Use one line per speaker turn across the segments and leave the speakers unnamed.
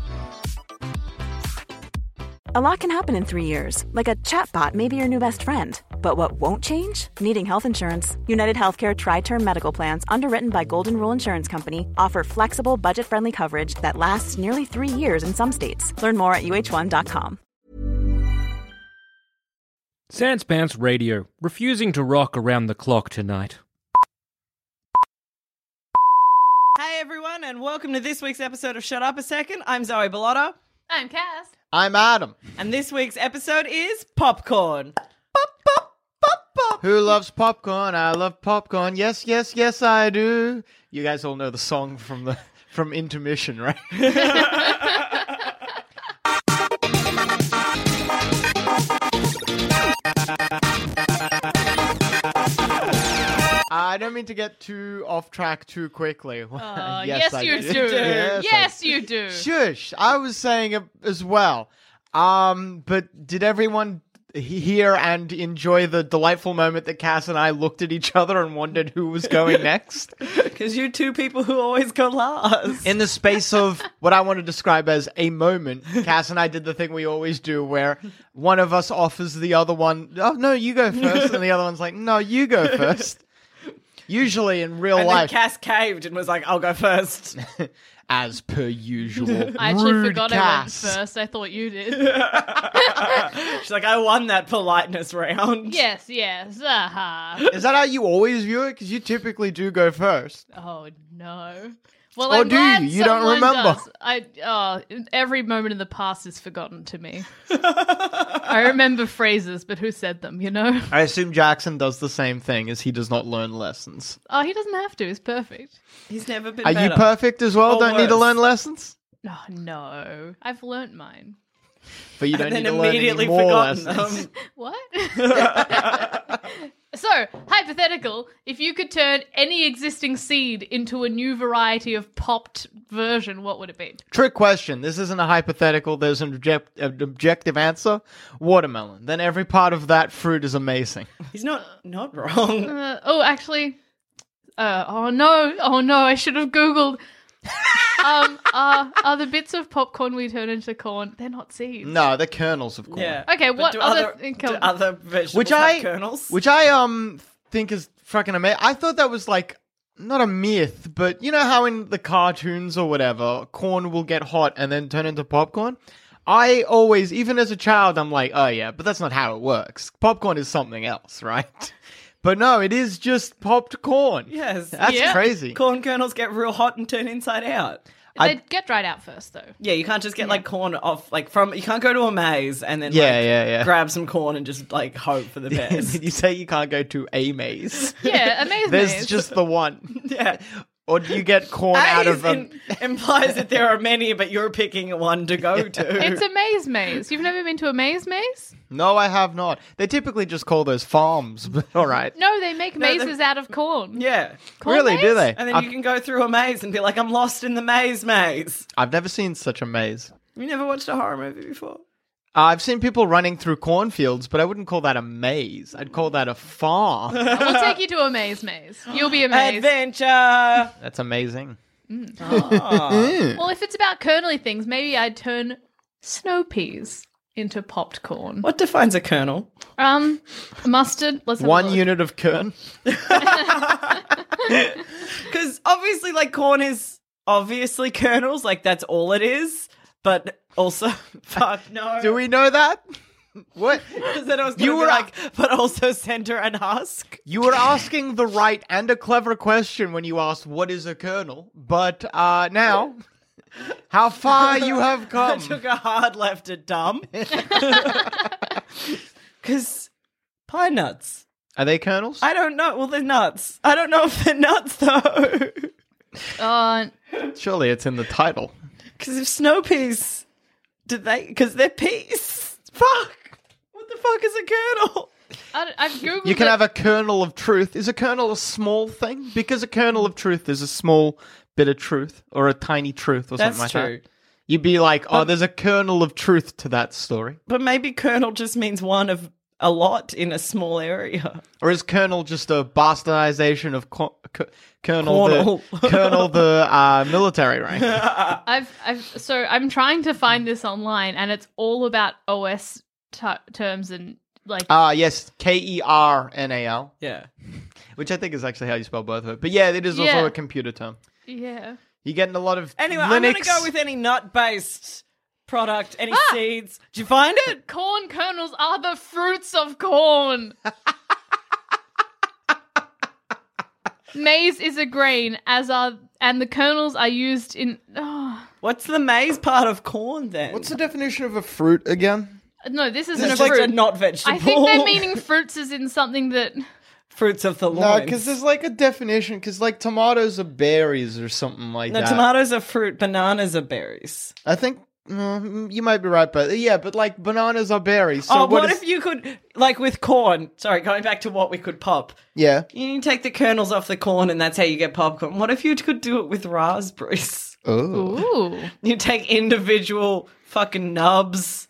A lot can happen in three years, like a chatbot may be your new best friend. But what won't change? Needing health insurance. United Healthcare Tri Term Medical Plans, underwritten by Golden Rule Insurance Company, offer flexible, budget friendly coverage that lasts nearly three years in some states. Learn more at uh1.com.
Sans Pants Radio, refusing to rock around the clock tonight.
Hey everyone, and welcome to this week's episode of Shut Up a Second. I'm Zoe Bellotta,
I'm Cass.
I'm Adam.
and this week's episode is popcorn.
Who loves popcorn? I love popcorn. Yes, yes, yes, I do. You guys all know the song from the from intermission, right? I don't mean to get too off track too quickly.
Uh, yes,
I
you do.
Yes,
Yes,
I
you do.
Shush! I was saying it as well. Um, but did everyone he- hear and enjoy the delightful moment that Cass and I looked at each other and wondered who was going next?
Because you two people who always go last.
In the space of what I want to describe as a moment, Cass and I did the thing we always do where one of us offers the other one, oh, no, you go first. And the other one's like, no, you go first. Usually in real
And then
life,
Cass caved and was like, I'll go first.
as per usual.
I actually
Rude
forgot
Cass.
I went first. I thought you did.
She's like, I won that politeness round.
yes, yes. Uh-huh.
Is that how you always view it? Because you typically do go first.
Oh no. Well,
Or
I'm
Oh, do
glad
you? You don't
someone
remember.
does. I oh, every moment in the past is forgotten to me. I remember phrases, but who said them? You know?
I assume Jackson does the same thing as he does not learn lessons.
Oh, he doesn't have to. He's perfect.
He's never been
Are
better.
you perfect as well?
Or
Don't need to
Oh, worse.
learn lessons?
Oh, no, I've learnt mine.
But you don't
And
need
then
to learn any
immediately
more
forgotten um,
lessons.
them.
What? so, hypothetical, if you could turn any existing seed into a new variety of popped version, what would it be?
Trick question. This isn't a hypothetical. There's an, object- an objective answer. Watermelon. Then every part of that fruit is amazing.
He's not not wrong.
Uh, oh, actually, uh, oh no, oh no, I should have Googled. um, uh, are the bits of popcorn we turn into corn? They're not seeds.
No, the kernels, of course.
Yeah.
Okay,
But
what
do
other
other,
thing
do
come-
other vegetables
Which
have
I
kernels?
which I um think is fucking amazing. I thought that was like not a myth, but you know how in the cartoons or whatever, corn will get hot and then turn into popcorn. I always, even as a child, I'm like, oh yeah, but that's not how it works. Popcorn is something else, right? But no, it is just popped corn.
Yes.
that's
Yeah.
crazy.
corn kernels get real hot and turn inside out.
They get dried out first, though.
Yeah, you can't just get like corn off like from you can't go to a maze and then
Yeah,
like,
yeah, yeah.
grab some corn and just like hope for the best.
Did you say you can't go to a maze?
Yeah, amazing.
There's just the one.
yeah.
Or do you get corn out
Maze
of um, a
in- implies that there are many, but you're picking one to go to.
It's a maze maze. You've never been to a maze maze?
No, I have not. They typically just call those farms, but all right.
No, they make
they-
mazes out of corn.
yeah.
Corn
really, do
maze?
they?
And then
I've,
you can go through a maze and be like, I'm lost in the maze maze.
I've never seen such a maze.
You never watched a horror movie before?
Uh, I've seen people running through cornfields, but I wouldn't call that a maze. I'd call that a farm.
We'll take you to a maze maze. You'll be amazed.
Adventure!
That's amazing.
Well, if it's about kernely things, maybe I'd turn snow peas into popped corn.
What defines a kernel?
Um, mustard. Let's have a
One
look.
unit of kern.
Because obviously, like, corn is obviously kernels, like, that's all it is. But also, fuck, no.
Do we know that? What?
Because then I was
You
you
were
were like, but also center and husk.
You were asking the right and a clever question when you asked what is a kernel, but uh, now, how far you have
I
come.
took a hard left at dumb. Because pine nuts.
Are they kernels?
I don't know. Well, they're nuts. I don't know if they're nuts though.
Uh,
Surely it's in the title.
Because if snow peas, do they? Because they're peas. Fuck! What the fuck is a kernel?
I, I've googled.
You can
it.
have a kernel of truth. Is a kernel a small thing? Because a kernel of truth is a small bit of truth or a tiny truth or
That's
something like
true.
that. You'd be like, oh, there's a kernel of truth to that story.
But maybe kernel just means one of a lot in a small area.
Or is kernel just a bastardization of co- co- kernel, the,
Cornel.
kernel the uh, military rank?
I've, I've so I'm trying to find this online, and it's all about OS t- terms and like
Ah, yes, K E R N A L,
Yeah.
which I think is actually how you spell both of it. But yeah, it is
Yeah.
also a computer term.
yeah.
You're getting a lot of
Anyway,
Linux. Ah!
I'm gonna go with any nut based product, any seeds. Did you find it?
Corn kernels are the fruits of corn. Maize is a grain, as are and the kernels are used in. Oh,
What's the maize part of corn then?
What's the definition of a fruit again?
no, this isn't
It's
a
like
fruit.
a not vegetable?
I think they're meaning fruits is in something that.
fruits of the
No,
loins.
because there's like a definition. Because like tomatoes are berries or something like
No,
that.
tomatoes are fruit, bananas are berries.
I think mm, you might be right, but yeah, but like bananas are berries. So
oh, what,
is-
if you could, like with corn? Sorry, going back to what we could pop.
Yeah.
You take the kernels off the corn, and that's how you get popcorn. What if you could do it with raspberries?
Oh.
Ooh,
You take individual fucking nubs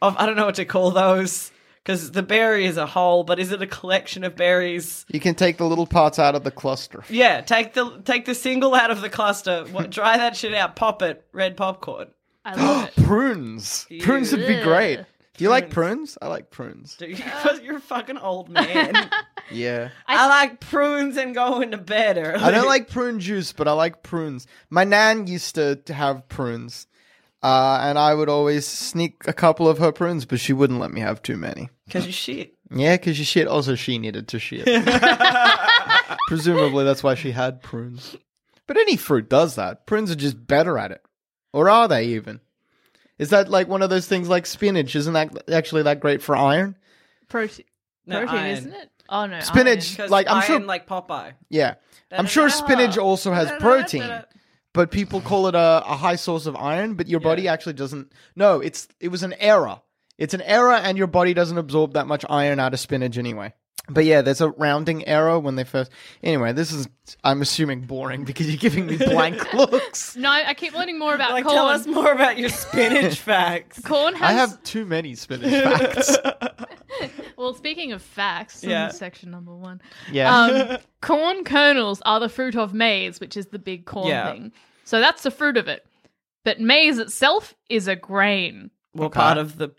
of I don't know what to call those because the berry is a whole, but is it a collection of berries?
You can take the little parts out of the cluster.
Yeah, take the take the single out of the cluster, what, dry that shit out, pop it, red popcorn.
I love it.
Prunes. Prunes would be great. Do you like prunes? I like prunes.
Dude, you're a fucking old man.
Yeah.
I like prunes and going to bed early.
I don't like prune juice, but I like prunes. My nan used to to have prunes. Uh, and I would always sneak a couple of her prunes, but she wouldn't let me have too many.
because you shit.
Yeah, because you shit. Also, she needed to shit. Presumably, that's why she had prunes. But any fruit does that. Prunes are just better at it. Or are they even? Is that like one of those things like spinach? Isn't that actually that great for iron?
Protein,
No,
protein,
iron.
isn't it? Oh no,
Spinach,
Because
like I'm sure,
iron like Popeye.
yeah, I'm sure spinach also has protein, but people call it a, a high source of iron. But your body actually doesn't. No, it's it was an error. It's an error, and your body doesn't absorb that much iron out of spinach anyway. But yeah, there's a rounding error when they first. Anyway, this is I'm assuming boring because you're giving me blank looks.
No, I keep learning more about
Like,
corn.
tell us more about your spinach facts.
corn has.
I have too many spinach facts.
Well, speaking of facts,
Yeah.
section number one.
Yeah,
Um, corn kernels are the fruit of maize, which is the big corn
Yeah.
thing. So that's the fruit of it. But maize itself is a grain.
Well, part of the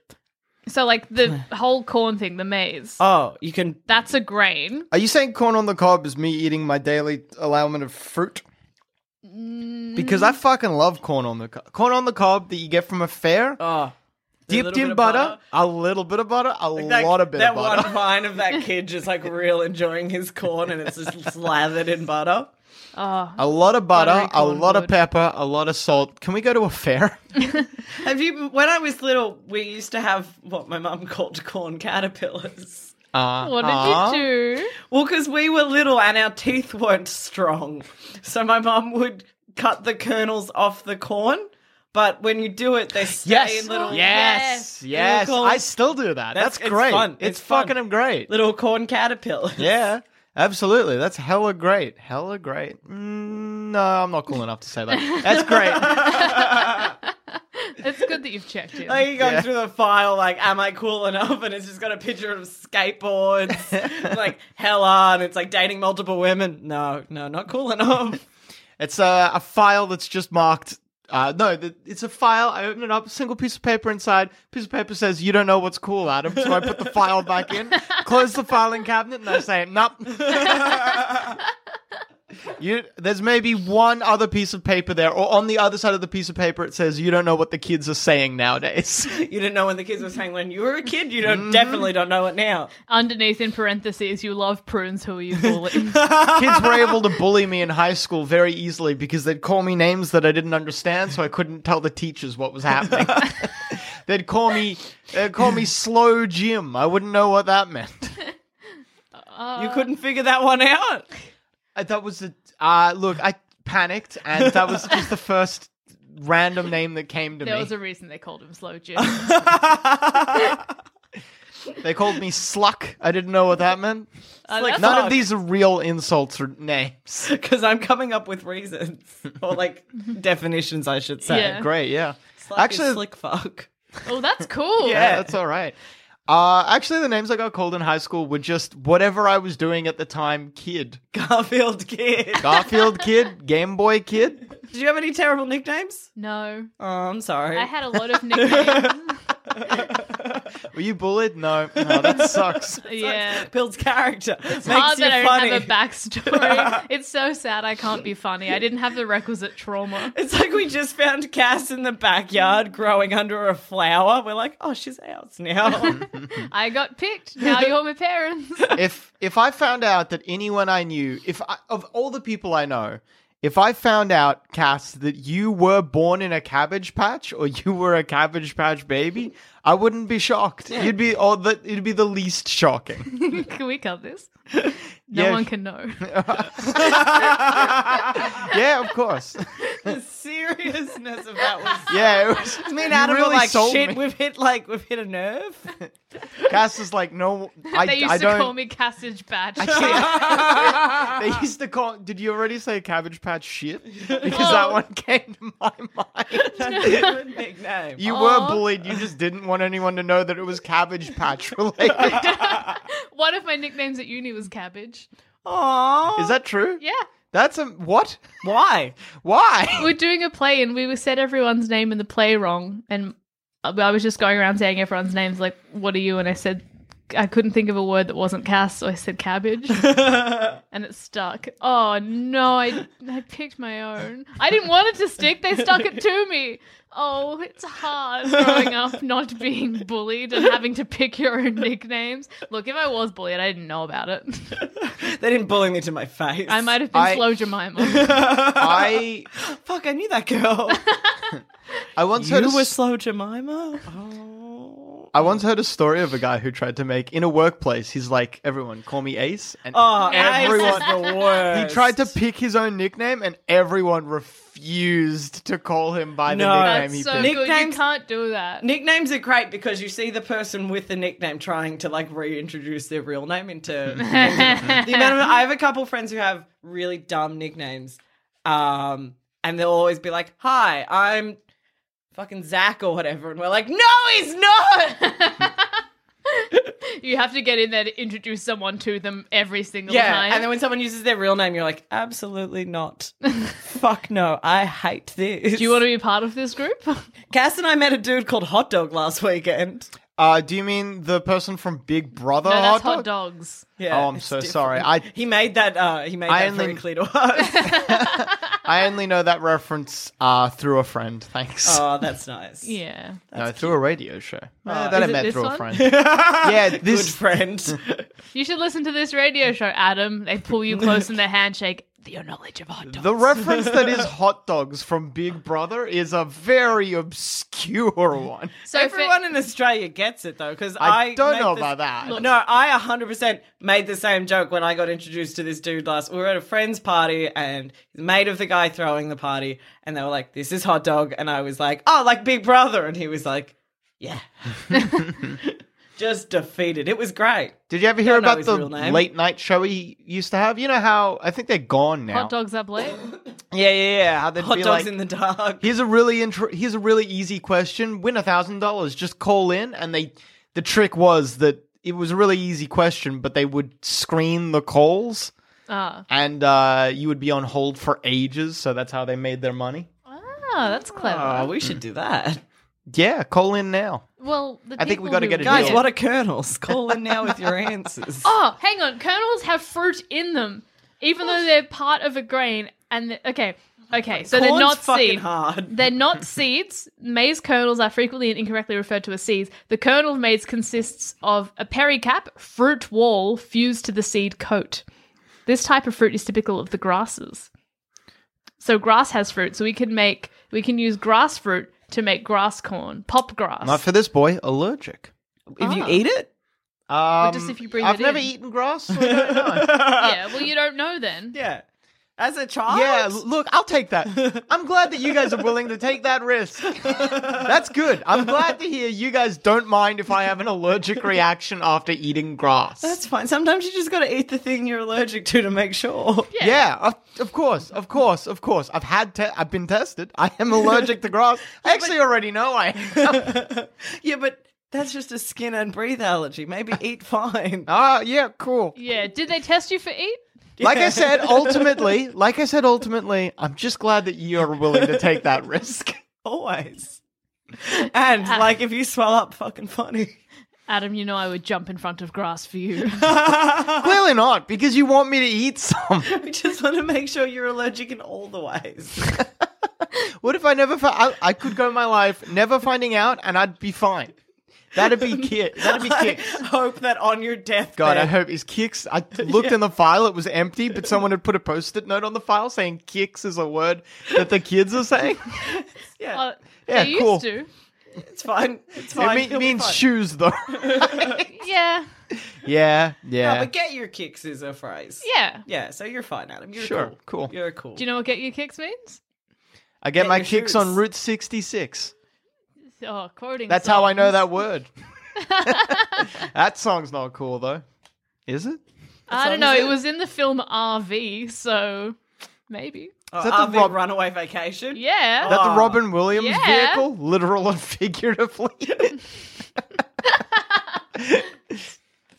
So, like the whole corn thing, the maize,
oh, you can
that's a grain.
are you saying corn on the cob is me eating my daily allowment of fruit?
Mm.
Because I fucking love corn on the cob. Corn on the cob that you get from a fair.
oh, the
dipped
little bit
in
of
butter, a little bit of butter, a
That-
lot of bit
that
of butter.
one vine of that kid just like real enjoying his corn and it's just slathered in butter.
a lot of butter,
Buttery
a
corn
lot of
would.
pepper, a lot of salt. Can we go to a fair?
Have you? When I was little, we used to have what my mum called corn caterpillars.
Uh,
What did
uh,
you do?
Well, because we were little and our teeth weren't strong. So my mum would cut the kernels off the corn, but when you do it, they stay
Yes,
in little,
yes, yes.
Little corn-
I still do that. That's,
That's- it's
great.
fun.
It's,
It's fun.
fucking great.
little corn caterpillars.
Yeah, absolutely. That's hella great. Hella great. Mm, no, I'm not cool enough to say that. That's great.
It's good that you've checked it.
Like you're going through the file, like, am I cool enough? And it's just got a picture of skateboards, like, hella, and it's like dating multiple women. No, no, not cool enough.
it's a, a file that's just marked. Uh, no, th- it's a file. I open it up, single piece of paper inside. Piece of paper says, You don't know what's cool, Adam. So I put the file back in, close the filing cabinet, and I say, Nope. you, there's maybe one other piece of paper there, or on the other side of the piece of paper, it says, You don't know what the kids are saying nowadays.
You didn't know when the kids were saying when you were a kid. You
Mm-hmm.
don't definitely don't know it now.
Underneath in parentheses, you love prunes, who are you fooling?
kids were able to bully me in high school very easily because they'd call me names that I didn't understand, so I couldn't tell the teachers what was happening. they'd call me they'd call me slow Jim. I wouldn't know what that meant.
you
Uh,
couldn't figure that one out.
Uh, That was the uh, look. I panicked, and that was just the first random name that came to
there
me.
Uh, was a reason they called him Slow Jim.
They called me Sluck. I didn't know what that meant.
I like
None of these are real insults or names.
because I'm coming up with reasons or like definitions, I should say.
Yeah.
Great, yeah.
Slick is
Actually-
slick fuck.
Oh, that's cool.
Yeah.
Yeah, that's all right. Uh, actually, the names I got called in high school were just whatever I was doing at the time. Kid,
Garfield kid.
Garfield kid, Game Boy kid.
Did you have any terrible nicknames?
No,
Oh, I'm sorry.
I had a lot of nicknames.
Were you bullied? No, no, that sucks.
yeah.
Builds character. Makes
Hard
you
that I don't
funny.
have a backstory. it's so sad I can't be funny. I didn't have the requisite trauma.
It's like we just found Cass in the backyard growing under a flower. We're like, oh, she's ours now.
I got picked. Now you're my parents.
If if I found out that anyone I knew, if I, of all the people I know, if I found out, Cass, that you were born in a cabbage patch or you were a cabbage patch baby, I wouldn't be shocked. You'd be all the it'd be the least shocking.
can we cut this? No
Yeah.
one can know.
yeah, of course.
the seriousness of that was.
Yeah, it was.
Me and
you
Adam were
really
like,
sold
shit,
me.
we've hit like we've hit a nerve.
Cass is like, no, I,
they used
I
to
don't.
call me Cassage Batch.
they used to call. Did you already say Cabbage Patch shit? Because that
Oh.
one came to my mind.
Good nickname.
You
Aw.
were bullied. You just didn't want anyone to know that it was Cabbage Patch related.
One of my nicknames at uni was Cabbage.
Aww.
Is that true?
Yeah.
That's a what?
why?
Why?
We were doing a play and we were said everyone's name in the play wrong. And I was just going around saying everyone's names, like, what are you? And I said, I couldn't think of a word that wasn't Cass, so I said cabbage. and it stuck. Oh, no, I, I picked my own. I didn't want it to stick, they stuck it to me. Oh, it's hard growing up, not being bullied and having to pick your own nicknames. Look, if I was bullied, I didn't know about it.
They didn't bully me to my face.
I might have been
I-
slow Jemima.
I
Fuck, I knew that girl.
I once heard a
you were
s-
slow, Jemima. Oh.
I once heard a story of a guy who tried to make in a workplace. He's like, everyone call me Ace, and
Oh,
everyone
Ace is the worst.
He tried to pick his own nickname, and everyone refused to call him by the
No.
nickname
That's
he
so
picked.
good. You
Nicknames-
can't do that.
Nicknames are great because you see the person with the nickname trying to like reintroduce their real name into. the amount of, I have a couple friends who have really dumb nicknames, um, and they'll always be like, "Hi, I'm fucking Zach or whatever," and we're like, "No, he's not."
You have to get in there to introduce someone to them every single
yeah,
time.
and then when someone uses their real name, you're like, "Absolutely not. Fuck no, I hate this."
Do you want to be part of this group?
Cass and I met a dude called Hot Dog last weekend.
Uh, do you mean the person from Big Brother?
no, that's
Oh, Hot
hot
Dog?
dogs.
Yeah,
Oh, I'm
it's
so
different.
sorry. I
He made that. Uh, he made
I
that
only-
very clear to us.
I only know that reference uh, through a friend. Thanks.
oh, that's nice.
Yeah.
no, through a radio show. Eh,
is
that I
it
met
this
through
one?
a friend. yeah,
Good
this.
friend.
You should listen to this radio show, Adam. They pull you close in the handshake. Your knowledge of hot dogs.
The reference that is hot dogs from Big Brother is a very obscure one.
so for-
Everyone in Australia gets it though, because I,
I don't
made
know
this-
about that.
No, I 100% made the same joke when I got introduced to this dude last. We were at a friend's party, and he's mate of the guy throwing the party, and they were like, "This is hot dog," and I was like, "Oh, like Big Brother," and he was like, "Yeah." Just defeated. It was great.
Did you ever hear
Don't know
about
his
the
real name.
late night show he used to have? You know how I think they're gone now.
hot dogs up late.
Yeah, yeah, yeah. How they'd
Hot
be
dogs
like,
in the dark.
Here's a really intro- here's a really easy question. Win a thousand dollars. Just call in, and they the trick was that it was a really easy question, but they would screen the calls,
Ah,
and uh, you would be on hold for ages. So that's how they made their money.
ah, that's clever.
Oh, we should do that.
Yeah, call in now.
well, the
I think we
people
gotta
who
get a
win-
Guys,
deal.
what are kernels? Call in now with your answers.
Oh, hang on. Kernels have fruit in them, even though they're part of a grain. And the- okay, okay, so they're
Corn's
not
fucking
seed.
hard.
They're not seeds. Maize kernels are frequently and incorrectly referred to as seeds. The kernel of maize consists of a pericap, fruit wall, fused to the seed coat. This type of fruit is typical of the grasses. So grass has fruit, so we can make we can use grass fruit to make grass corn, pop grass.
Not for this boy. Allergic.
If you eat it,
Um,
just if you breathe
I've
it
never
in.
eaten grass. So I don't know.
yeah, well you don't know then.
yeah. As a child?
Yeah, l- look, I'll take that. I'm glad that you guys are willing to take that risk. That's good. I'm glad to hear you guys don't mind if I have an allergic reaction after eating grass.
That's fine. Sometimes you just got to eat the thing you're allergic to to make sure.
yeah, of, of course, of course, of course. I've had, te- I've been tested. I am allergic to grass. I actually already know I. Am.
yeah, but that's just a skin and breathe allergy. Maybe eat fine.
Ah, yeah, cool.
Yeah. Did they test you for eat?
Like I said, ultimately, like I said, ultimately, I'm just glad that you're willing to take that risk.
Always. And
Ah.
like if you swell up, fucking funny.
Adam, you know I would jump in front of grass for you.
Clearly not, because you want me to eat some.
We just want to make sure you're allergic in all the ways.
What if I never? Fi- I, I could go my life never finding out, and I'd be fine. That'd be kick. That'd be
I
kick.
hope that on your deathbed.
God, I hope his kicks. I looked in the file; it was empty, but someone had put a post-it note on the file saying "kicks" is a word that the kids are saying.
yeah,
Uh,
Yeah,
they used
cool.
to.
it's fine. It's
it
fine.
mean-
He'll be
means
fine.
shoes, though.
Yeah.
yeah,
No,
yeah.
but get your kicks is a phrase.
Yeah.
Yeah, so you're fine, Adam. You're
Sure, cool.
You're cool.
Do you know what get your kicks means?
I get,
get
my
your
kicks
shoes.
on Route 66.
Oh, quoting.
That's how I know
songs.
that word. that song's not cool, though. Is it?
I
song
don't know.
is
It
it?
was in the film RV, so maybe.
Oh,
that the
RV
Rob-
runaway vacation?
Is
Yeah.
that the
Ah,
Robin Williams
Uh, yeah.
vehicle, literal and figuratively?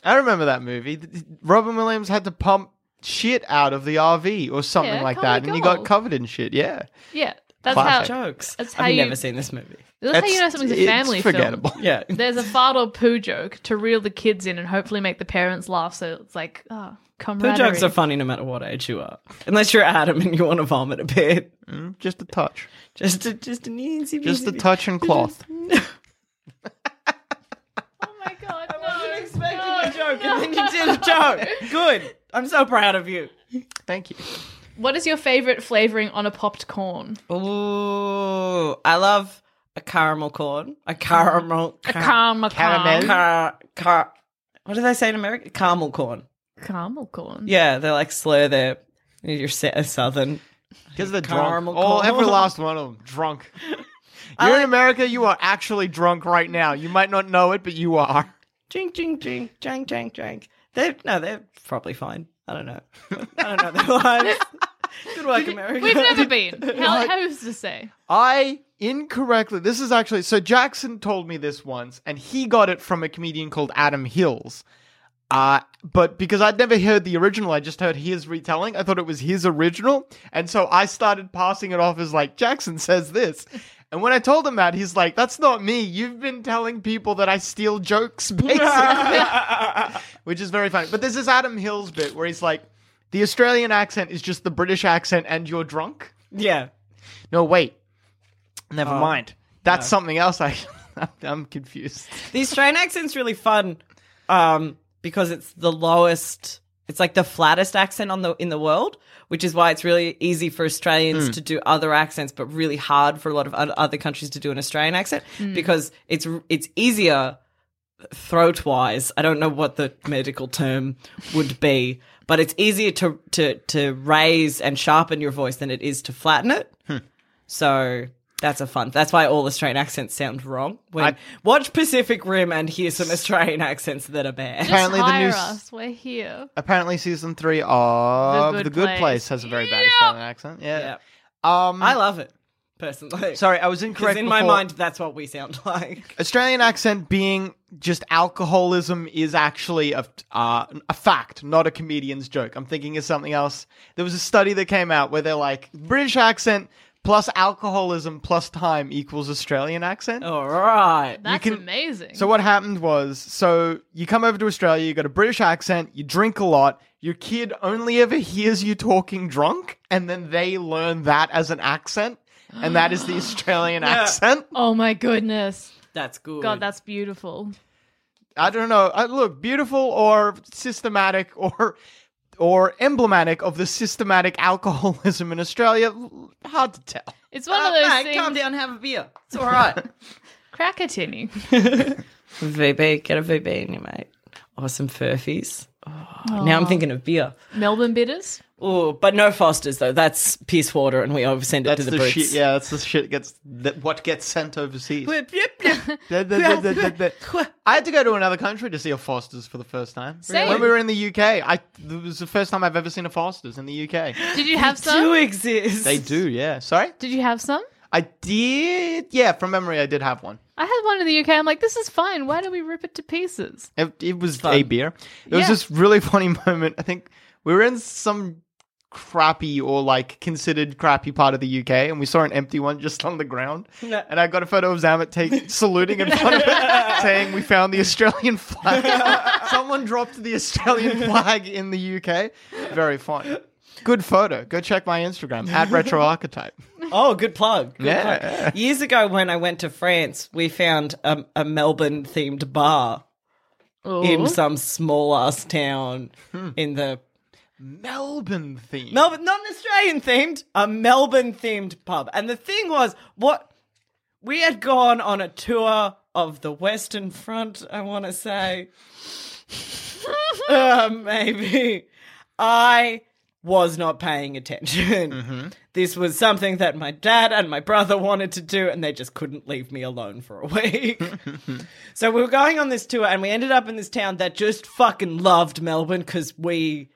I remember that movie. Th- th- Robin Williams had to pump shit out of the RV or something
Yeah,
like
cover
that, and he got
gold.
covered in shit. Yeah,
Yeah. That's
Classic.
how.
Jokes.
That's how
I've
you-
never seen this movie.
That's, how you know something's a
it's
family
forgettable.
film.
Yeah.
There's a fart or poo joke to reel the kids in and hopefully make the parents laugh. So it's like, oh,
Poo
camaraderie.
jokes are funny no matter what age you are. Unless you're Adam and you want to vomit a bit.
Mm, just a touch,
Just a, just an easy
just a
peasy-
touch and cloth.
Oh my god! No,
I wasn't expecting a joke and then you did a joke. Good. I'm so proud of you.
Thank you.
What is your favorite flavoring on a popped corn?
Ooh. I love a caramel corn. A caramel.
A calm, a
Caramel.
calm,
Car, car, what do they say in America? Caramel corn.
caramel corn.
Yeah, they like slur their. You're se- southern.
Because they're drunk.
Caramel
All
corn.
every last one of them drunk. You're in America. You are actually drunk right now. You might not know it, but you are.
Jink, jink, jink, jank, jank, jank. They no, they're probably fine. I don't know. I don't know their lives. Good work, America.
We've never been. How, who's to say?
I incorrectly. This is actually so. Jackson told me this once, and he got it from a comedian called Adam Hills. Uh, but because I'd never heard the original, I just heard his retelling. I thought it was his original, and so I started passing it off as like Jackson says this. And when I told him that, he's like, "That's not me. You've been telling people that I steal jokes, basically." which is very funny. But there's this Adam Hills bit where he's like, "The Australian accent is just the British accent, and you're drunk."
yeah.
No, wait. Never
Oh.
mind. That's something else. I, I'm confused.
The Australian accent's really fun um, because it's the lowest, it's like the flattest accent on the in the world, which is why it's really easy for Australians to do other accents, but really hard for a lot of o- other countries to do an Australian accent because it's r- it's easier throat wise. I don't know what the medical term would be, but it's easier to to to raise and sharpen your voice than it is to flatten it. So that's a fun. That's why all Australian accents sound wrong. When
I-
watch Pacific Rim and hear some Australian accents that are bad.
Just
Apparently the
hire
news-
us. We're here.
Uh,
Apparently, season three of The Good, Place. has a very bad Australian accent. Yeah.
Yeah.
Um,
I love it personally.
sorry, I was
'Cause
incorrect.
in my
before.
mind, that's what we sound like.
Australian accent being just alcoholism is actually a uh, a fact, not a comedian's joke. I'm thinking of something else. There was a study that came out where they're like British accent plus alcoholism plus time equals Australian accent.
All right.
That's
can-
amazing.
So what happened was, so you come over to Australia, you got a British accent, you drink a lot, your kid only ever hears you talking drunk, and then they learn that as an accent, and that is the Australian accent.
oh my goodness.
That's good.
God, that's beautiful.
I don't know. I, look, beautiful or systematic or or emblematic of the systematic alcoholism in Australia, hard to tell.
It's one
Oh,
of those
mate,
things.
calm down, have a beer. It's all right.
Crack a tinny.
VB, get a VB in you, mate. Or some furfies. Oh, Now I'm thinking of beer.
Melbourne bitters.
Ooh, but no Fosters though. That's piss water, and we oversend it
That's
to
the,
the, Brits.
shit. Yeah, that's the shit. Gets that what gets sent overseas.
Blip, blip, blip.
Da- da- da- da- da- da. I had to go to another country to see a Foster's for the first time.
Same.
When we were in the UK, I it was the first time I've ever seen a Foster's in the UK.
Did you have
Do
some?
exist?
They do, yeah. Sorry,
Did you have some?
I did. Yeah, from memory, I did have one.
I had one in the UK. I'm like, this is fine. Why do we rip it to pieces?
It, it was
Fun.
a beer. There was
Yeah.
this really funny moment. I think we were in some crappy or like considered crappy part of the UK, and we saw an empty one just on the ground.
No.
And I got a photo of Zamet take saluting in front of it, saying, "We found the Australian flag." Someone dropped the Australian flag in the UK. Very fun. Good photo. Go check my Instagram at Retro Archetype.
Oh, good plug. Good
Yeah.
plug. Years ago, when I went to France, we found a, a Melbourne themed bar in
Ooh.
some small ass town in the
Melbourne theme.
Melbourne, not an Australian themed, a Melbourne themed pub. And the thing was, what we had gone on a tour of the Western Front, I want to say. Uh, maybe. I was not paying attention.
Mm-hmm.
This was something that my dad and my brother wanted to do, and they just couldn't leave me alone for a week. so we were going on this tour, and we ended up in this town that just fucking loved Melbourne because we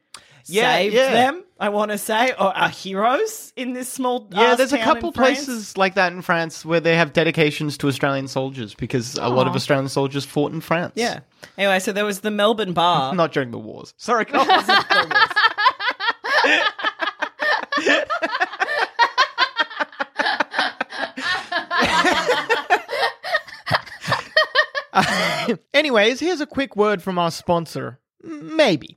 Yeah,
saved
yeah.
them, I want to say, or are heroes in this small
Yeah,
ass
there's a
town in
couple
France.
places like that in France where they have dedications to Australian soldiers because a lot of Australian soldiers fought in France.
Oh. Yeah. Anyway, so there was the Melbourne bar.
Not during the wars. Sorry, go on. Anyways, here's a quick word from our sponsor. Maybe.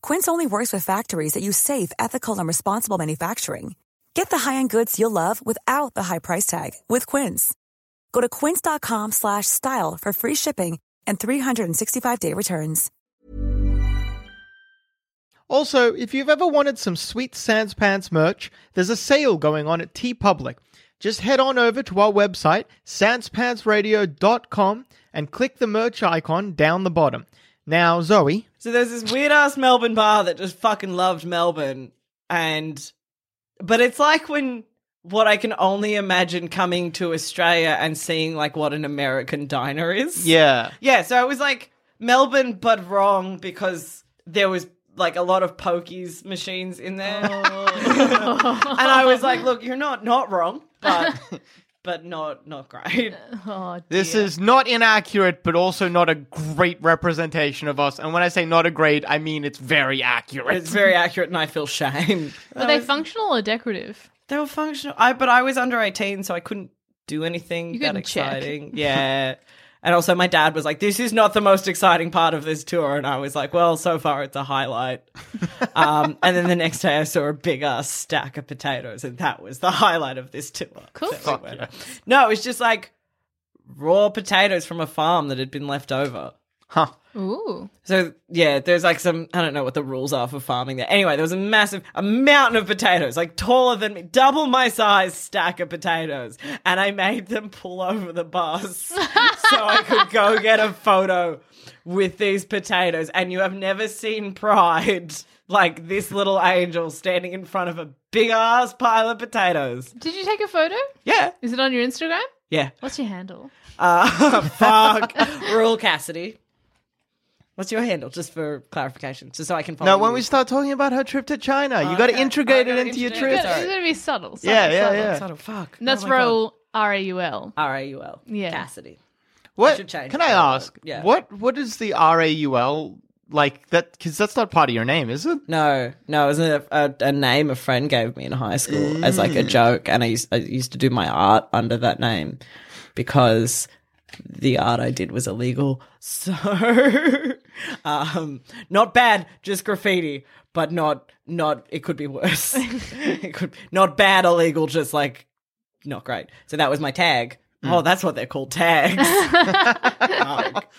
Quince only works with factories that use safe, ethical, and responsible manufacturing. Get the high-end goods you'll love without the high price tag with Quince. Go to quince.com/style slash style for free shipping and 365-day returns.
Also, if you've ever wanted some sweet Sans Pants merch, there's a sale going on at T Public. Just head on over to our website, sanspantsradio.com, and click the merch icon down the bottom. Now, Zoe,
So there's this weird ass Melbourne bar that just fucking loved Melbourne. And, but it's like when what I can only imagine coming to Australia and seeing like what an American diner is.
yeah,
Yeah. So it was like Melbourne, but wrong because there was like a lot of pokies machines in there. and I was like, look, you're not, not wrong, but, but not, not great.
Oh,
this is not inaccurate, but also not a great representation of us. And when I say not a great, I mean it's very accurate.
It's very accurate and I feel shame.
Are they functional or decorative?
They were functional. I but I was under eighteen, so I couldn't do anything
You
that
couldn't check.
exciting. Yeah. And also, my dad was like, "This is not the most exciting part of this tour," and I was like, "Well, so far it's a highlight." um, and then the next day, I saw a big ass stack of potatoes, and that was the highlight of this tour.
Cool.
So we went- No, it was just like raw potatoes from a farm that had been left over.
Huh.
Ooh.
So yeah, there's like some I don't know what the rules are for farming there. Anyway, there was a massive a mountain of potatoes, like taller than me, double my size stack of potatoes, and I made them pull over the bus so I could go get a photo with these potatoes. And you have never seen pride like this little angel standing in front of a big ass pile of potatoes.
Did you take a photo?
Yeah,
Is it on your Instagram?
yeah.
What's your handle?
Uh, fuck, rural Cassidy. What's your handle, just for clarification, just so I can follow?
No, when
you?
we start talking about her trip to China, you got to integrate it into your
Good.
trip.
It's going to be subtle. subtle
Yeah, yeah,
subtle.
yeah.
Subtle fuck.
And that's
Oh my God.
Raul, R A U L.
R A U L.
Yeah.
Cassidy.
What
should change
can I
that a lot.
ask?
Yeah.
What what is the R A U L like that? Because that's not part of your name, is it?
No, no, it was a, a, a name a friend gave me in high school as like
Mm.
a joke, and I used, I used to do my art under that name because the art I did was illegal. So, um, not bad, just graffiti, but not not. It could be worse. it could not bad, illegal, just like not great. So that was my tag.
Mm.
Oh, that's what they're called tags. Fuck.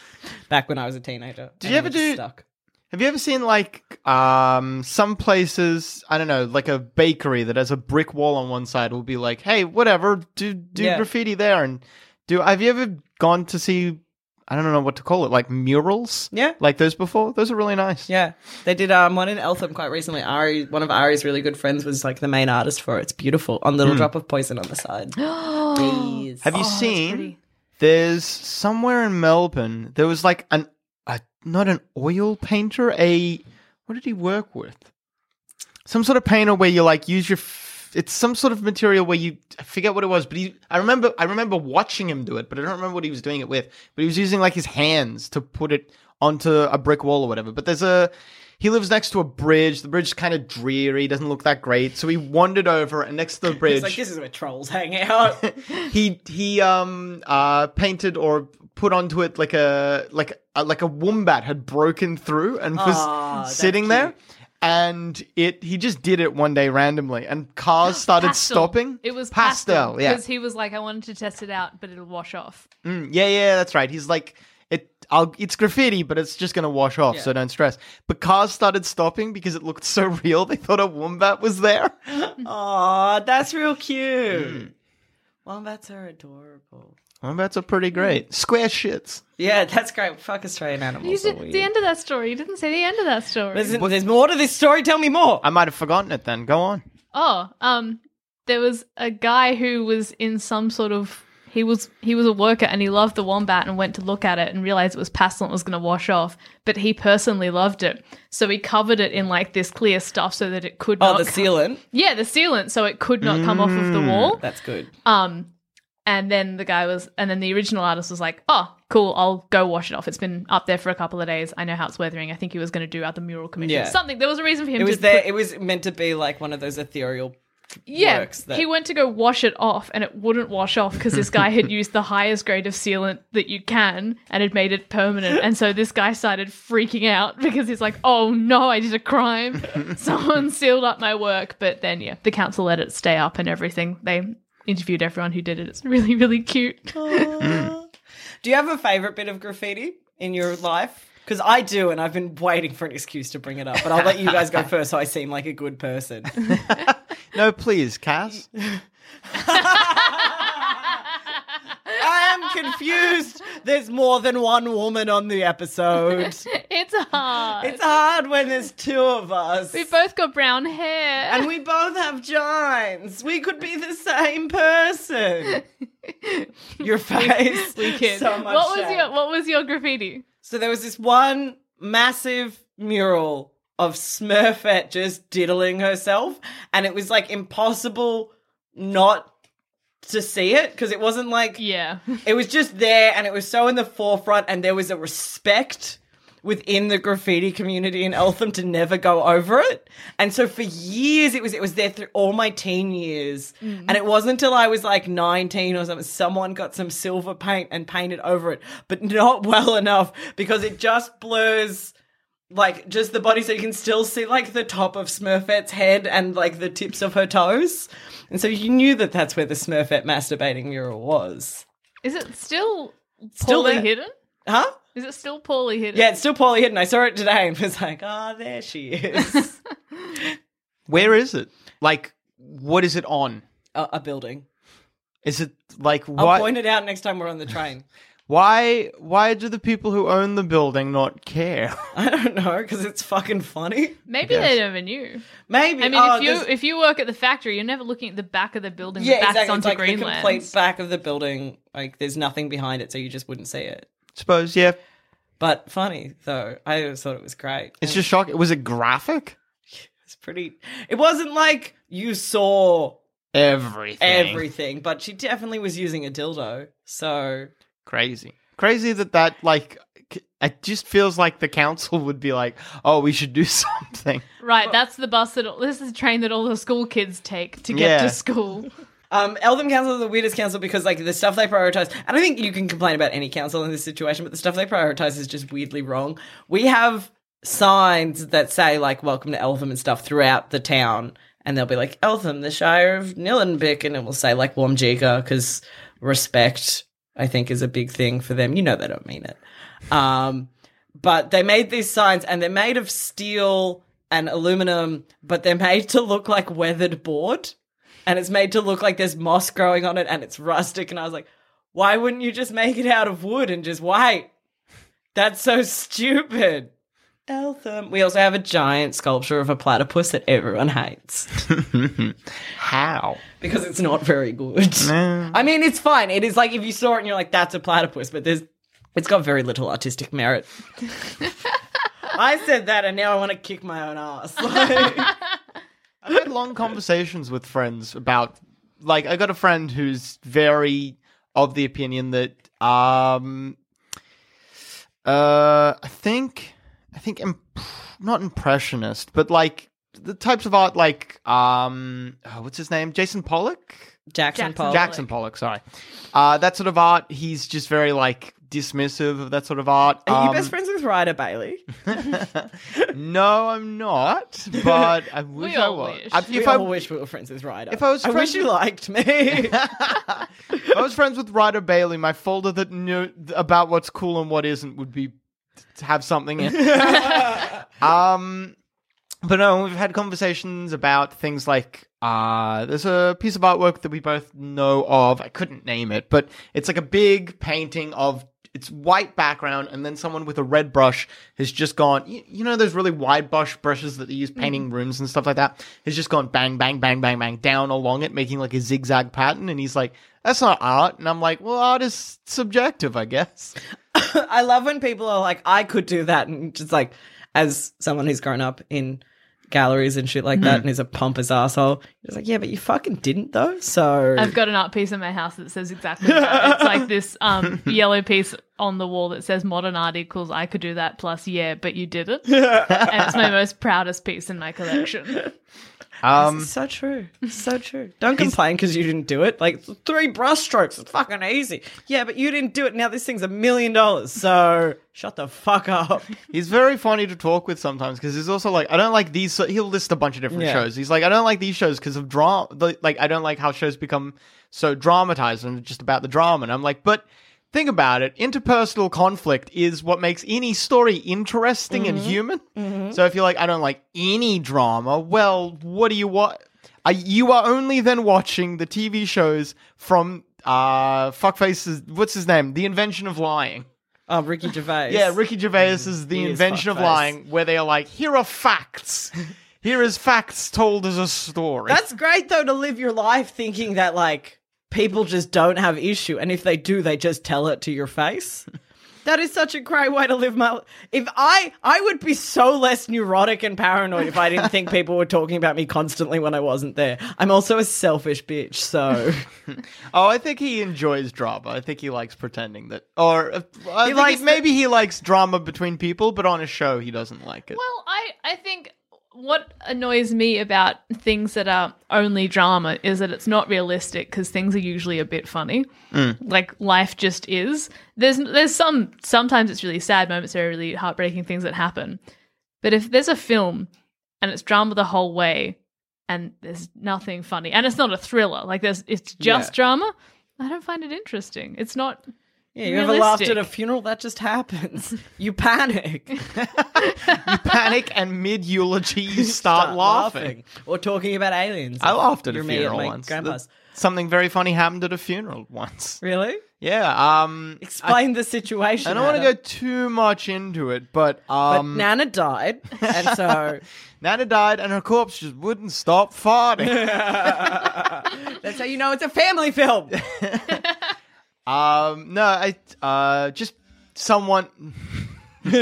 Back when I was a teenager.
Did
and
you
it
ever
was just
do- Have you ever seen like um some places? I don't know, like a bakery that has a brick wall on one side will be like, "Hey, whatever, do do
Yeah.
graffiti there." And do have you ever gone to see? I don't know what to call it, like murals.
Yeah.
like those before. Those are really nice.
Yeah, they did um, one in Eltham quite recently. Ari, one of Ari's really good friends, was like the main artist for it. It's beautiful. On the little drop of poison on the side. Please.
Hmm. Have you
Oh, that's
seen?
pretty.
There's somewhere in Melbourne. There was like an a, not an oil painter. A what did he work with? Some sort of painter where you like use your. F- it's some sort of material where you I forget what it was, but he. I remember. I remember watching him do it, but I don't remember what he was doing it with. But he was using like his hands to put it onto a brick wall or whatever. But there's a. He lives next to a bridge. The bridge is kind of dreary, doesn't look that great. So he wandered over, and next to the bridge,
It's like this is where trolls hang out.
he he um uh painted or put onto it like a like a, like a wombat had broken through and was
that's
sitting there
cute.
and it he just did it one day randomly and cars started
Pastel.
stopping
It was
pastel, yeah
Because he was like, I wanted to test it out, but it'll wash off.
Mm, yeah yeah that's right he's like it I'll, it's graffiti but it's just gonna wash off so don't stress but cars started stopping because it looked so real they thought a wombat was there
Aw, that's real cute.
Hmm.
Wombats are adorable.
wombats are pretty great square shits
Yeah, that's great. Fuck Australian animals.
You
are
did,
weird.
the end of that story. You didn't say the end of that story.
There's, there's more to this story. Tell me more.
I might have forgotten it then go on
Oh, um, there was a guy who was in some sort of he was he was a worker and he loved the wombat and went to look at it and realized it was pastel and it was going to wash off, but he personally loved it, so he covered it in like this clear stuff so that it could
oh,
not
the
co-
sealant.
yeah the sealant so it could not come off of the wall.
That's good.
Um, and then the guy was, and then the original artist was like, "Oh, cool, I'll go wash it off. It's been up there for a couple of days. I know how it's weathering. I think he was going to do out the mural commission.
Yeah.
Something. There was a reason for him.
It was
to
there.
put-
It was meant to be like one of those ethereal.
yeah,
works that-
he went to go wash it off, and it wouldn't wash off because this guy had used the highest grade of sealant that you can, and had made it permanent. And so this guy started freaking out because he's like, "Oh no, I did a crime. Someone sealed up my work." But then, yeah, the council let it stay up and everything. They interviewed everyone who did it. It's really, really cute.
Do you have a favorite bit of graffiti in your life? Because I do, and I've been waiting for an excuse to bring it up, but I'll let you guys go first so I seem like a good person.
no please Cass
I am confused. There's more than one woman on the episode.
It's hard.
It's hard when there's two of us.
We've both got brown hair.
and we both have giants. We could be the same person. Your face.
we kid.
So much
what was
shame.
your What was your graffiti?
So there was this one massive mural of Smurfette just diddling herself, and it was like impossible not to see it because it wasn't like
Yeah,
it was just there and it was so in the forefront and there was a respect within the graffiti community in Eltham to never go over it. And so for years it was it was there through all my teen years. And it wasn't until I was like 19 or something someone got some silver paint and painted over it, but not well enough because it just blurs like just the body so you can still see like the top of Smurfette's head and like the tips of her toes. And so you knew that that's where the Smurfette masturbating mural was.
is it still
Still
poorly
there.
hidden?
Huh?
Is it still poorly hidden?
Yeah, it's still poorly hidden. I saw it today and was like, oh, there she is.
Where is it? Like, what is it on?
a, a building.
Is it like
I'll
why?
point it out next time we're on the train.
why? Why do the people who own the building not care?
I don't know because it's fucking funny.
Maybe they never knew.
Maybe.
I mean,
oh,
if you
there's-
if you work at the factory, you're never looking at the back of the building.
yeah,
that's
exactly.
onto
it's like the
Greenland.
complete back of the building. Like there's nothing behind it, so you just wouldn't see it.
Suppose yeah.
But funny though, I always thought it was great. And
It's just shocking. Was it graphic?
it's pretty. It wasn't like you saw
Everything.
everything, but she definitely was using a dildo. So
Crazy. Crazy that that like. c- It just feels like the council would be like, "Oh, we should do something."
Right, that's the bus that this is the train that all the school kids take to get
Yeah.
to school.
Um, Eltham Council is the weirdest council because like the stuff they prioritize, and I think you can complain about any council in this situation, but the stuff they prioritize is just weirdly wrong. We have signs that say like "Welcome to Eltham" and stuff throughout the town, and they'll be like "Eltham, the Shire of Nilenbeck," and it will say like "Wamjika" because respect, I think, is a big thing for them. You know they don't mean it. Um, but they made these signs and they're made of steel and aluminum, but they're made to look like weathered board and it's made to look like there's moss growing on it and it's rustic. And I was like, why wouldn't you just make it out of wood and just white? That's so stupid. Eltham. We also have a giant sculpture of a platypus that everyone hates
How?
because it's not very good. I mean, it's fine. It is like if you saw it and you're like, that's a platypus, but there's it's got very little artistic merit. I said that and now I want to kick my own ass. Like-
I've had long conversations with friends about like I got a friend who's very of the opinion that um uh I think I think imp- not impressionist but like the types of art like um oh, what's his name Jason Pollock
Jackson,
Jackson
Pollock.
Jackson Pollock sorry uh that sort of art he's just very like dismissive of that sort of art
Are you
Um,
best friends with Ryder Bailey?
no I'm not but I wish I
all
was
wish.
I-
If
if
I
I
wish we were friends with Ryder.
if I was
I wish
friends
you
with-
liked me.
I was friends with Ryder Bailey. My folder that knew about what's cool and what isn't would be to have something in. um, but no, we've had conversations about things like uh, there's a piece of artwork that we both know of. I couldn't name it, but it's like a big painting of it's white background, and then someone with a red brush has just gone. You, you know those really wide brush brushes that they use painting rooms and stuff like that. Has just gone bang, bang, bang, bang, bang down along it, making like a zigzag pattern. And he's like, "That's not art." And I'm like, "Well, art is subjective, I guess."
I love when people are like, I could do that. And just like, as someone who's grown up in galleries and shit like
Mm.
that and is a pompous asshole, it's like, yeah, but you fucking didn't though. So
I've got an art piece in my house that says exactly that. It's like this um, yellow piece on the wall that says modern art equals I could do that plus yeah, but you didn't. and it's my most proudest piece in my collection.
Um,
it's so true. It's so true. Don't complain because you didn't do it. Like three brush strokes, it's fucking easy. Yeah, but you didn't do it. Now this thing's a million dollars. So shut the fuck up.
He's very funny to talk with sometimes because he's also like, I don't like these. So he'll list a bunch of different
Yeah.
shows. He's like, I don't like these shows because of drama. Like, I don't like how shows become so dramatized and just about the drama. And I'm like, but think about it. Interpersonal conflict is what makes any story interesting and human. So if you're like, I don't like any drama, well, what do you want? Are, you are only then watching the TV shows from uh fuckface's what's his name the invention of lying
Oh, Ricky Gervais.
yeah, Ricky Gervais is the
He is
invention of
fuckface.
lying, where they are like, here are facts. Here is facts told as a story.
That's great though to live your life thinking that like people just don't have issue and if they do they just tell it to your face. That is such a great way to live my if I I would be so less neurotic and paranoid if I didn't think people were talking about me constantly when I wasn't there. I'm also a selfish bitch, so
oh, I think he enjoys drama. I think he likes pretending that, or uh, I think
likes
he- maybe he likes drama between people, but on a show he doesn't like it.
Well, I, I think what annoys me about things that are only drama is that it's not realistic because things are usually a bit funny. Like life just is. There's there's some sometimes it's really sad moments there are really heartbreaking things that happen. But if there's a film and it's drama the whole way and there's nothing funny and it's not a thriller, like there's it's just
Yeah.
drama, I don't find it interesting. It's not
Yeah, you ever laughed at a
Realistic.
funeral? That just happens. You panic.
You panic and mid eulogy you start,
Start
laughing.
Or talking about aliens.
I laughed at
You're
a
me
funeral
my
once.
grandpa's.
Something very funny happened at a funeral once.
Really?
Yeah. Um.
Explain the situation.
I don't want to go
Adam.
too much into it, but
But
um,
Nana died, and so
Nana died and her corpse just wouldn't stop farting.
that's how you know it's a family film.
um, no, I uh, just someone.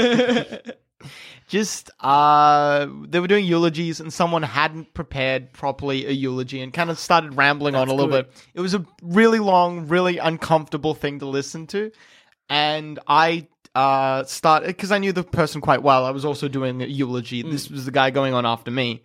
just uh, they were doing eulogies and someone hadn't prepared properly a eulogy and kind of started rambling on a little
good.
bit. It was a really long, really uncomfortable thing to listen to, and I. Uh, started because I knew the person quite well. I was also doing a eulogy. This was the guy going on after me,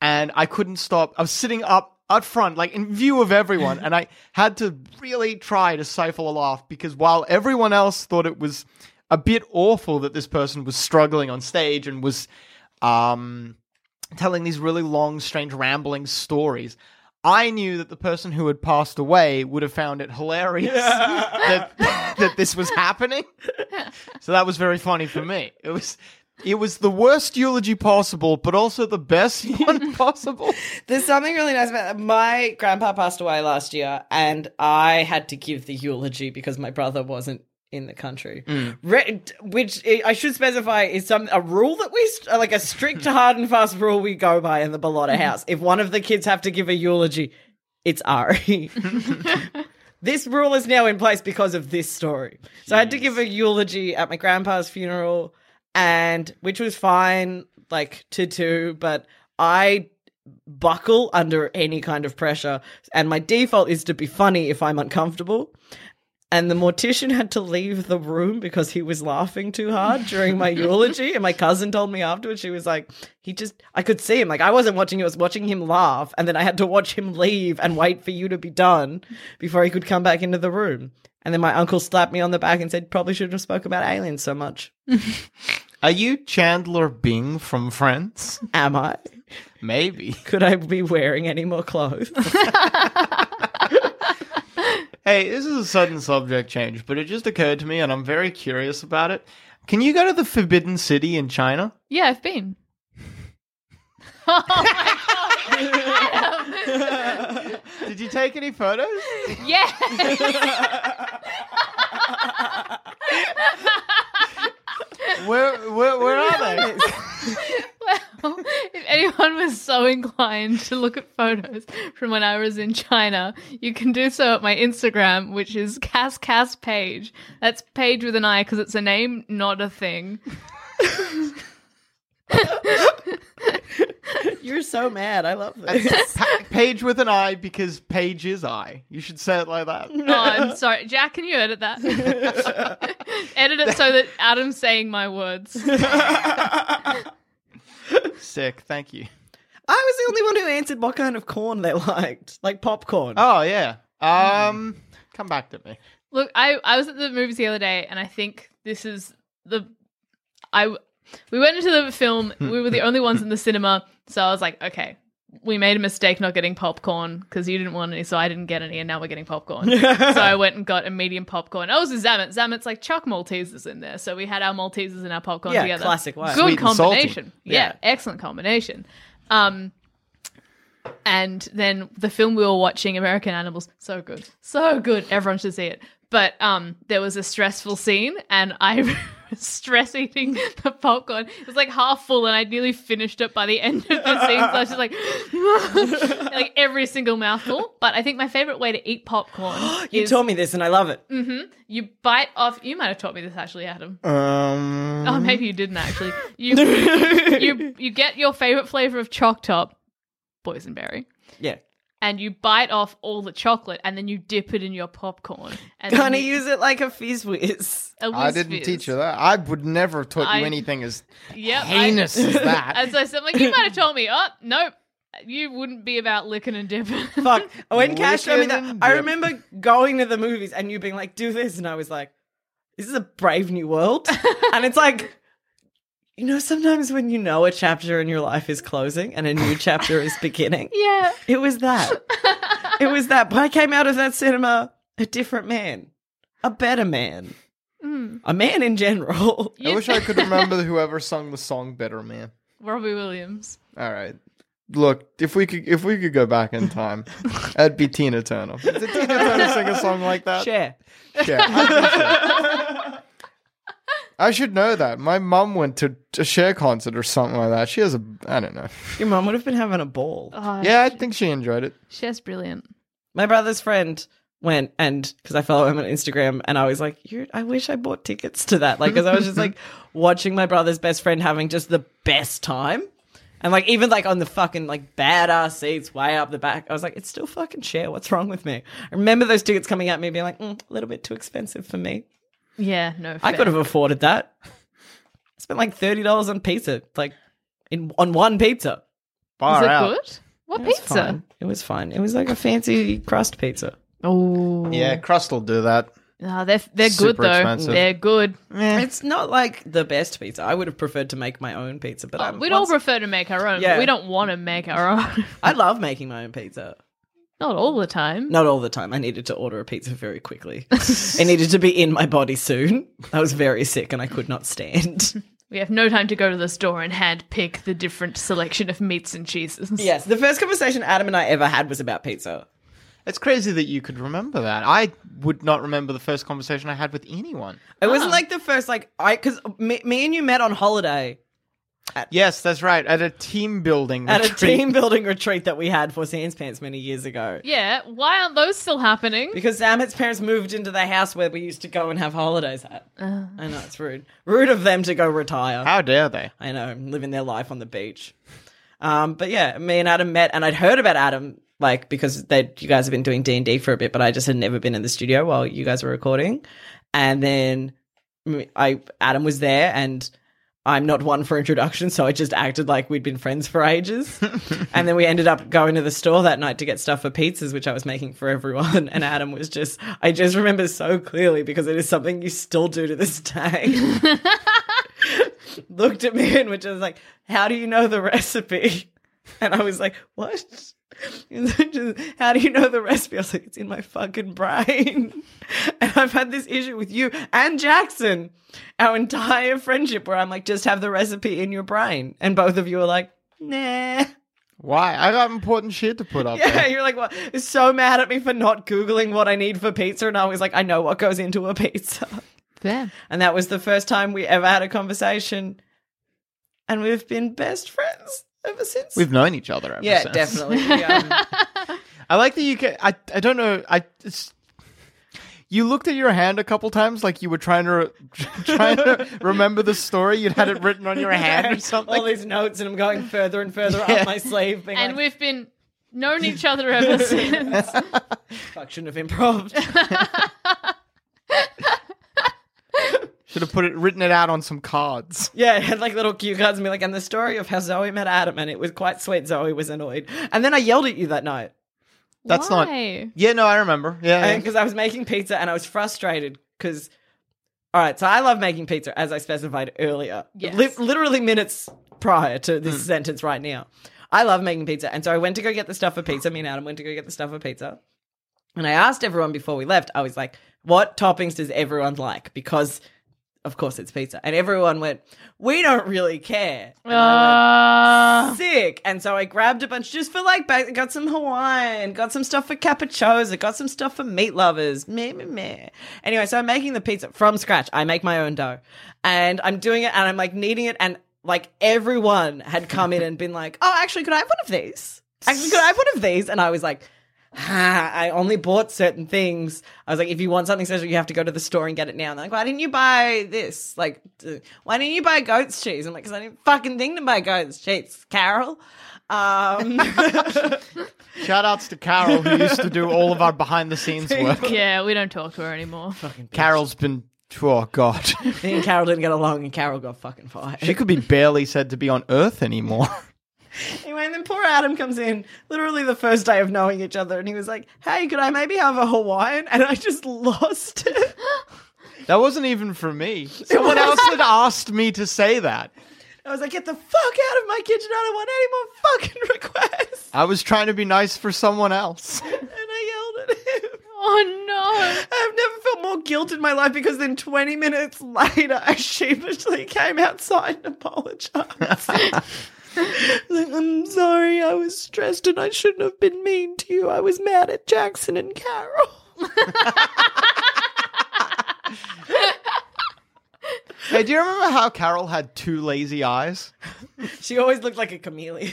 and I couldn't stop. I was sitting up out front, like in view of everyone, and I had to really try to stifle a laugh because while everyone else thought it was a bit awful that this person was struggling on stage and was um, telling these really long, strange, rambling stories. I knew that the person who had passed away would have found it hilarious that, that this was happening. So that was very funny for me. It was it was the worst eulogy possible, but also the best one possible.
There's something really nice about that. My grandpa passed away last year, and I had to give the eulogy because my brother wasn't in the country. Re- which I- I should specify is some a rule that we st- like a strict, hard and fast rule we go by in the Bellotta house. If one of the kids have to give a eulogy, it's Ari. this rule is now in place because of this story. So I had to give a eulogy at my grandpa's funeral, and which was fine, like to do, but I buckle under any kind of pressure, and my default is to be funny if I'm uncomfortable. And the mortician had to leave the room because he was laughing too hard during my eulogy. And my cousin told me afterwards, she was like, he just, I could see him. Like, I wasn't watching, I was watching him laugh. And then I had to watch him leave and wait for you to be done before he could come back into the room. And then my uncle slapped me on the back and said, probably shouldn't have spoke about aliens so much.
Are you Chandler Bing from Friends?
Am I?
Maybe.
Could I be wearing any more clothes?
Hey, this is a sudden subject change, but it just occurred to me and I'm very curious about it. Can you go to the Forbidden City in China?
Yeah, I've been. oh my god! Adam.
Did you take any photos?
Yes.
Where where, where are they?
Well, if anyone was so inclined to look at photos from when I was in China, you can do so at my Instagram, which is Cass Cass Page. That's Page with an I because it's a name, not a thing.
You're so mad. I love this.
Pa- Page with an I because Page is I. You should say it like that.
Oh, I'm sorry, Jack. Can you edit that? edit it so that Adam's saying my words.
Sick. Thank you.
I was the only one who answered what kind of corn they liked, like popcorn.
Oh yeah. Um, come back to me.
Look, I I was at the movies the other day, and I think this is the I we went into the film. We were the only ones in the cinema, so I was like, okay, we made a mistake not getting popcorn because you didn't want any, so I didn't get any, and now we're getting popcorn. so I went and got a medium popcorn. Oh, it was a Zamet. Zamet's like chuck Maltesers in there, so we had our Maltesers and our popcorn
Yeah,
together.
classic way.
Good
Sweet and salty.
combination. Yeah,
Yeah.
excellent combination. Um. And then the film we were watching, American Animals, so good, so good. Everyone should see it. But um, there was a stressful scene, and I was stress eating the popcorn. It was like half full, and I nearly finished it by the end of the scene. So I was just like, like every single mouthful. But I think my favorite way to eat popcorn
you
is
told me this, and I love it.
you bite off. You might have taught me this actually, Adam.
Um,
Oh, maybe you didn't actually. You you you get your favorite flavor of chalk top, boysenberry.
Yeah.
and you bite off all the chocolate and then you dip it in your popcorn. And then
Gonna use it like a fizz whiz.
a
I
whiz
didn't
fizz.
teach you that. I would never have taught you
I-
anything as
Yep,
heinous
I,
as that.
and so I said, like, you might have told me, oh, nope, you wouldn't be about licking and dipping.
Fuck. When Cash showed me
Wicked
that,
and
I
dip.
remember going to the movies and you being like, do this. And I was like, this is a brave new world. and it's like, you know, sometimes when you know a chapter in your life is closing and a new chapter is beginning,
yeah.
it was that. It was that. But I came out of that cinema a different man. a better man, a man in general.
I wish I could remember whoever sung the song better, man.
Robbie Williams.
All right. Look, if we could if we could go back in time, that'd be Tina Turner. Did Tina Turner sing a song like that?
Share.
Yeah, I think so. I should know that. My mum went to a share concert or something like that. She has a I don't know.
Your mom would have been having a ball.
Oh,
Yeah, I think she enjoyed it.
Cher's brilliant.
My brother's friend went and because I follow him on Instagram, and I was like, You're, I wish I bought tickets to that. Like, because I was just like watching my brother's best friend having just the best time. And like even like on the fucking like badass seats way up the back, I was like, it's still fucking share. What's wrong with me? I remember those tickets coming at me being like, mm, a little bit too expensive for me.
Yeah, no.
I
fair.
could have afforded that. I spent like thirty dollars on pizza, like in on one pizza.
Far
Was it
out.
good? What
It was
pizza?
fine. It was fine. It was like a fancy crust pizza.
Oh,
Yeah, crust will do that.
Ah, they're they're good
Super
though.
expensive.
They're good.
It's not like the best pizza. I would have preferred to make my own pizza, but I'm,
Oh, We'd all
once-
prefer to make our own.
Yeah.
but we don't want to make our own.
I love making my own pizza.
Not all the time.
Not all the time. I needed to order a pizza very quickly. it needed to be in my body soon. I was very sick and I could not stand.
We have no time to go to the store and hand pick the different selection of meats and cheeses.
yes, the first conversation Adam and I ever had was about pizza.
It's crazy that you could remember that. I would not remember the first conversation I had with anyone.
It
Ah.
wasn't like the first like I because me, me and you met on holiday
Yes, that's right. At a team building
at a
retreat.
team building retreat that we had for Sans Pants many years ago.
Yeah. Why aren't those still happening?
Because Sam's parents moved into the house where we used to go and have holidays at.
Uh.
I know it's rude. Rude of them to go retire.
How dare they?
I know, living their life on the beach. Um, but yeah, me and Adam met, and I'd heard about Adam like because they you guys have been doing D and D for a bit, but I just had never been in the studio while you guys were recording. And then m- I Adam was there, and I'm not one for introductions, so I just acted like we'd been friends for ages. and then we ended up going to the store that night to get stuff for pizzas, which I was making for everyone. And Adam was just I just remember so clearly because it is something you still do to this day looked at me and was just like, How do you know the recipe? And I was like, What? He was like, "Just, How do you know the recipe? I was like, It's in my fucking brain. And I've had this issue with you and Jackson, our entire friendship, where I'm like, Just have the recipe in your brain. And both of you are like, Nah.
Why? I got important shit to put up
Yeah,
there.
you're like, what? So mad at me for not Googling what I need for pizza. And I was like, I know what goes into a pizza.
Fair.
And that was the first time we ever had a conversation. And we've been best friends ever since.
We've known each other ever
yeah,
since.
definitely. um, Yeah.
I like that you can. I, I don't know. I it's, you looked at your hand a couple times, like you were trying to re- trying to remember the story. You'd had it written on your hand or
All
something.
these notes, and I'm going further and further
Yeah.
up my sleeve. Being
And
and like,
we've been known each other ever since.
fuck, shouldn't have improv.
Should have put it written it out on some cards.
yeah, it had like little cue cards and be like, and the story of how Zoe met Adam, and it was quite sweet. Zoe was annoyed. And then I yelled at you that night
That's not-
Why?
Yeah, no, I remember. Yeah, yeah.
because I was making pizza and I was frustrated because. All right, so I love making pizza, as I specified earlier.
Yes.
Li- literally minutes prior to this sentence right now. I love making pizza. And so I went to go get the stuff for pizza. Me and Adam went to go get the stuff for pizza. And I asked everyone before we left, I was like, what toppings does everyone like? Because, of course, it's pizza. And everyone went, we don't really care. And
Uh,
I went, Sick. And so I grabbed a bunch just for like, ba- got some Hawaiian, got some stuff for capricciosa, got some stuff for meat lovers. Meh, meh, meh. Anyway, so I'm making the pizza from scratch. I make my own dough and I'm doing it and I'm like kneading it. And like everyone had come in and been like, oh, actually, could I have one of these? Actually, could I have one of these? And I was like, ah, I only bought certain things. I was like, if you want something special, you have to go to the store and get it now. And they're like, why didn't you buy this? Like, d- why didn't you buy goat's cheese? I'm like, because I didn't fucking think to buy goat's cheese, Carol. Um,
Shout outs to Carol who used to do all of our behind the scenes work.
Yeah, we don't talk to her anymore.
Carol's been. Oh God,
me and Carol didn't get along, and Carol got fucking fired.
she could be barely said to be on Earth anymore.
Anyway, and then poor Adam comes in, literally the first day of knowing each other, and he was like, hey, could I maybe have a Hawaiian? And I just lost it.
That wasn't even for me. Someone else had asked me to say that.
I was like, get the fuck out of my kitchen. I don't want any more fucking requests.
I was trying to be nice for someone else.
And I yelled at him.
Oh
I've never felt more guilt in my life because then 20 minutes later, I sheepishly came outside and apologized. Like, I'm sorry, I was stressed and I shouldn't have been mean to you. I was mad at Jackson and Carol.
Hey, do you remember how Carol had two lazy eyes?
She always looked like a chameleon.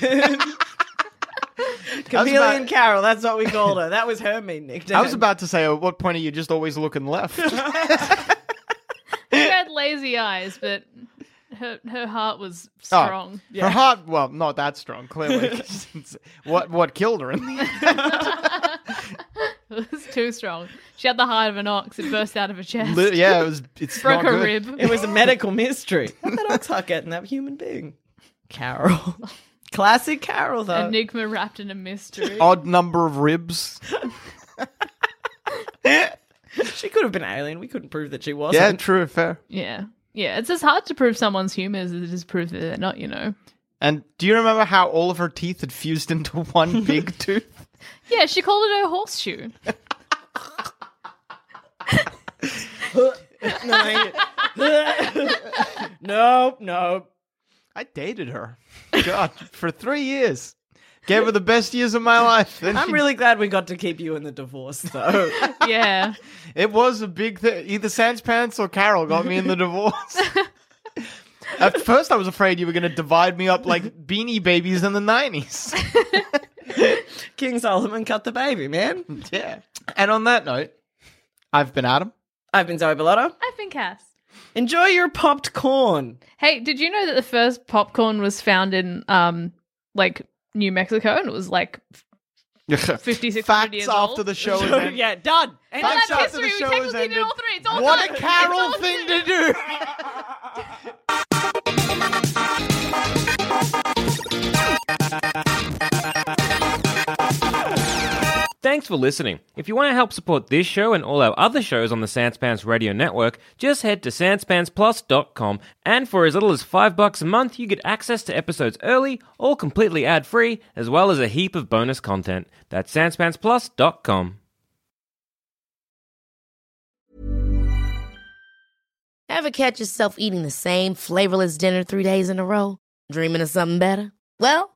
chameleon
about-
Carol, that's what we called her. That was her main nickname.
I was about to say, at what point are you just always looking left?
no, she had lazy eyes, but her her heart was strong.
Oh, Her heart, well, not that strong, clearly. what what killed her? In the end?
It was too strong. She had the heart of an ox. It burst out of her chest.
Li- yeah, it was. It's
Broke
not
her
good.
rib.
It was a medical mystery. How did ox heart get in that human being? Carol. Classic Carol,
uh,
though.
Enigma wrapped in a mystery.
Odd number of ribs.
she could have been alien. We couldn't prove that she wasn't.
Yeah, true, fair.
Yeah. Yeah, it's as hard to prove someone's human as it is to prove that they're not, you know.
And do you remember how all of her teeth had fused into one big tooth?
Yeah, she called it her horseshoe.
Nope, nope.
I dated her. God, for three years. Gave her the best years of my life. Then
I'm
she-
really glad we got to keep you in the divorce, though.
Yeah.
It was a big thing. Either Sans Pants or Carol got me in the divorce. At first, I was afraid you were going to divide me up like beanie babies in the 90s.
King Solomon cut the baby, man.
yeah. And on that note, I've been Adam.
I've been Zoe Bellotto.
I've been cast.
Enjoy your popped corn.
Hey, did you know that the first popcorn was found in um like New Mexico and it was like 50, 60
Facts
years
after
old?
the show. is
So,
ended.
yeah, done. End
I
Facts
love
after
history. We
the show is
technically did
ended.
all three. It's all
What
done.
a
It's
Carol
all
thing
done.
to do!
Thanks for listening. If you want to help support this show and all our other shows on the Sanspants Radio Network, just head to sanspantsplus.com and for as little as 5 bucks a month, you get access to episodes early, all completely ad-free, as well as a heap of bonus content. That's sanspantsplus.com.
Ever catch yourself eating the same flavorless dinner three days in a row? Dreaming of something better? Well,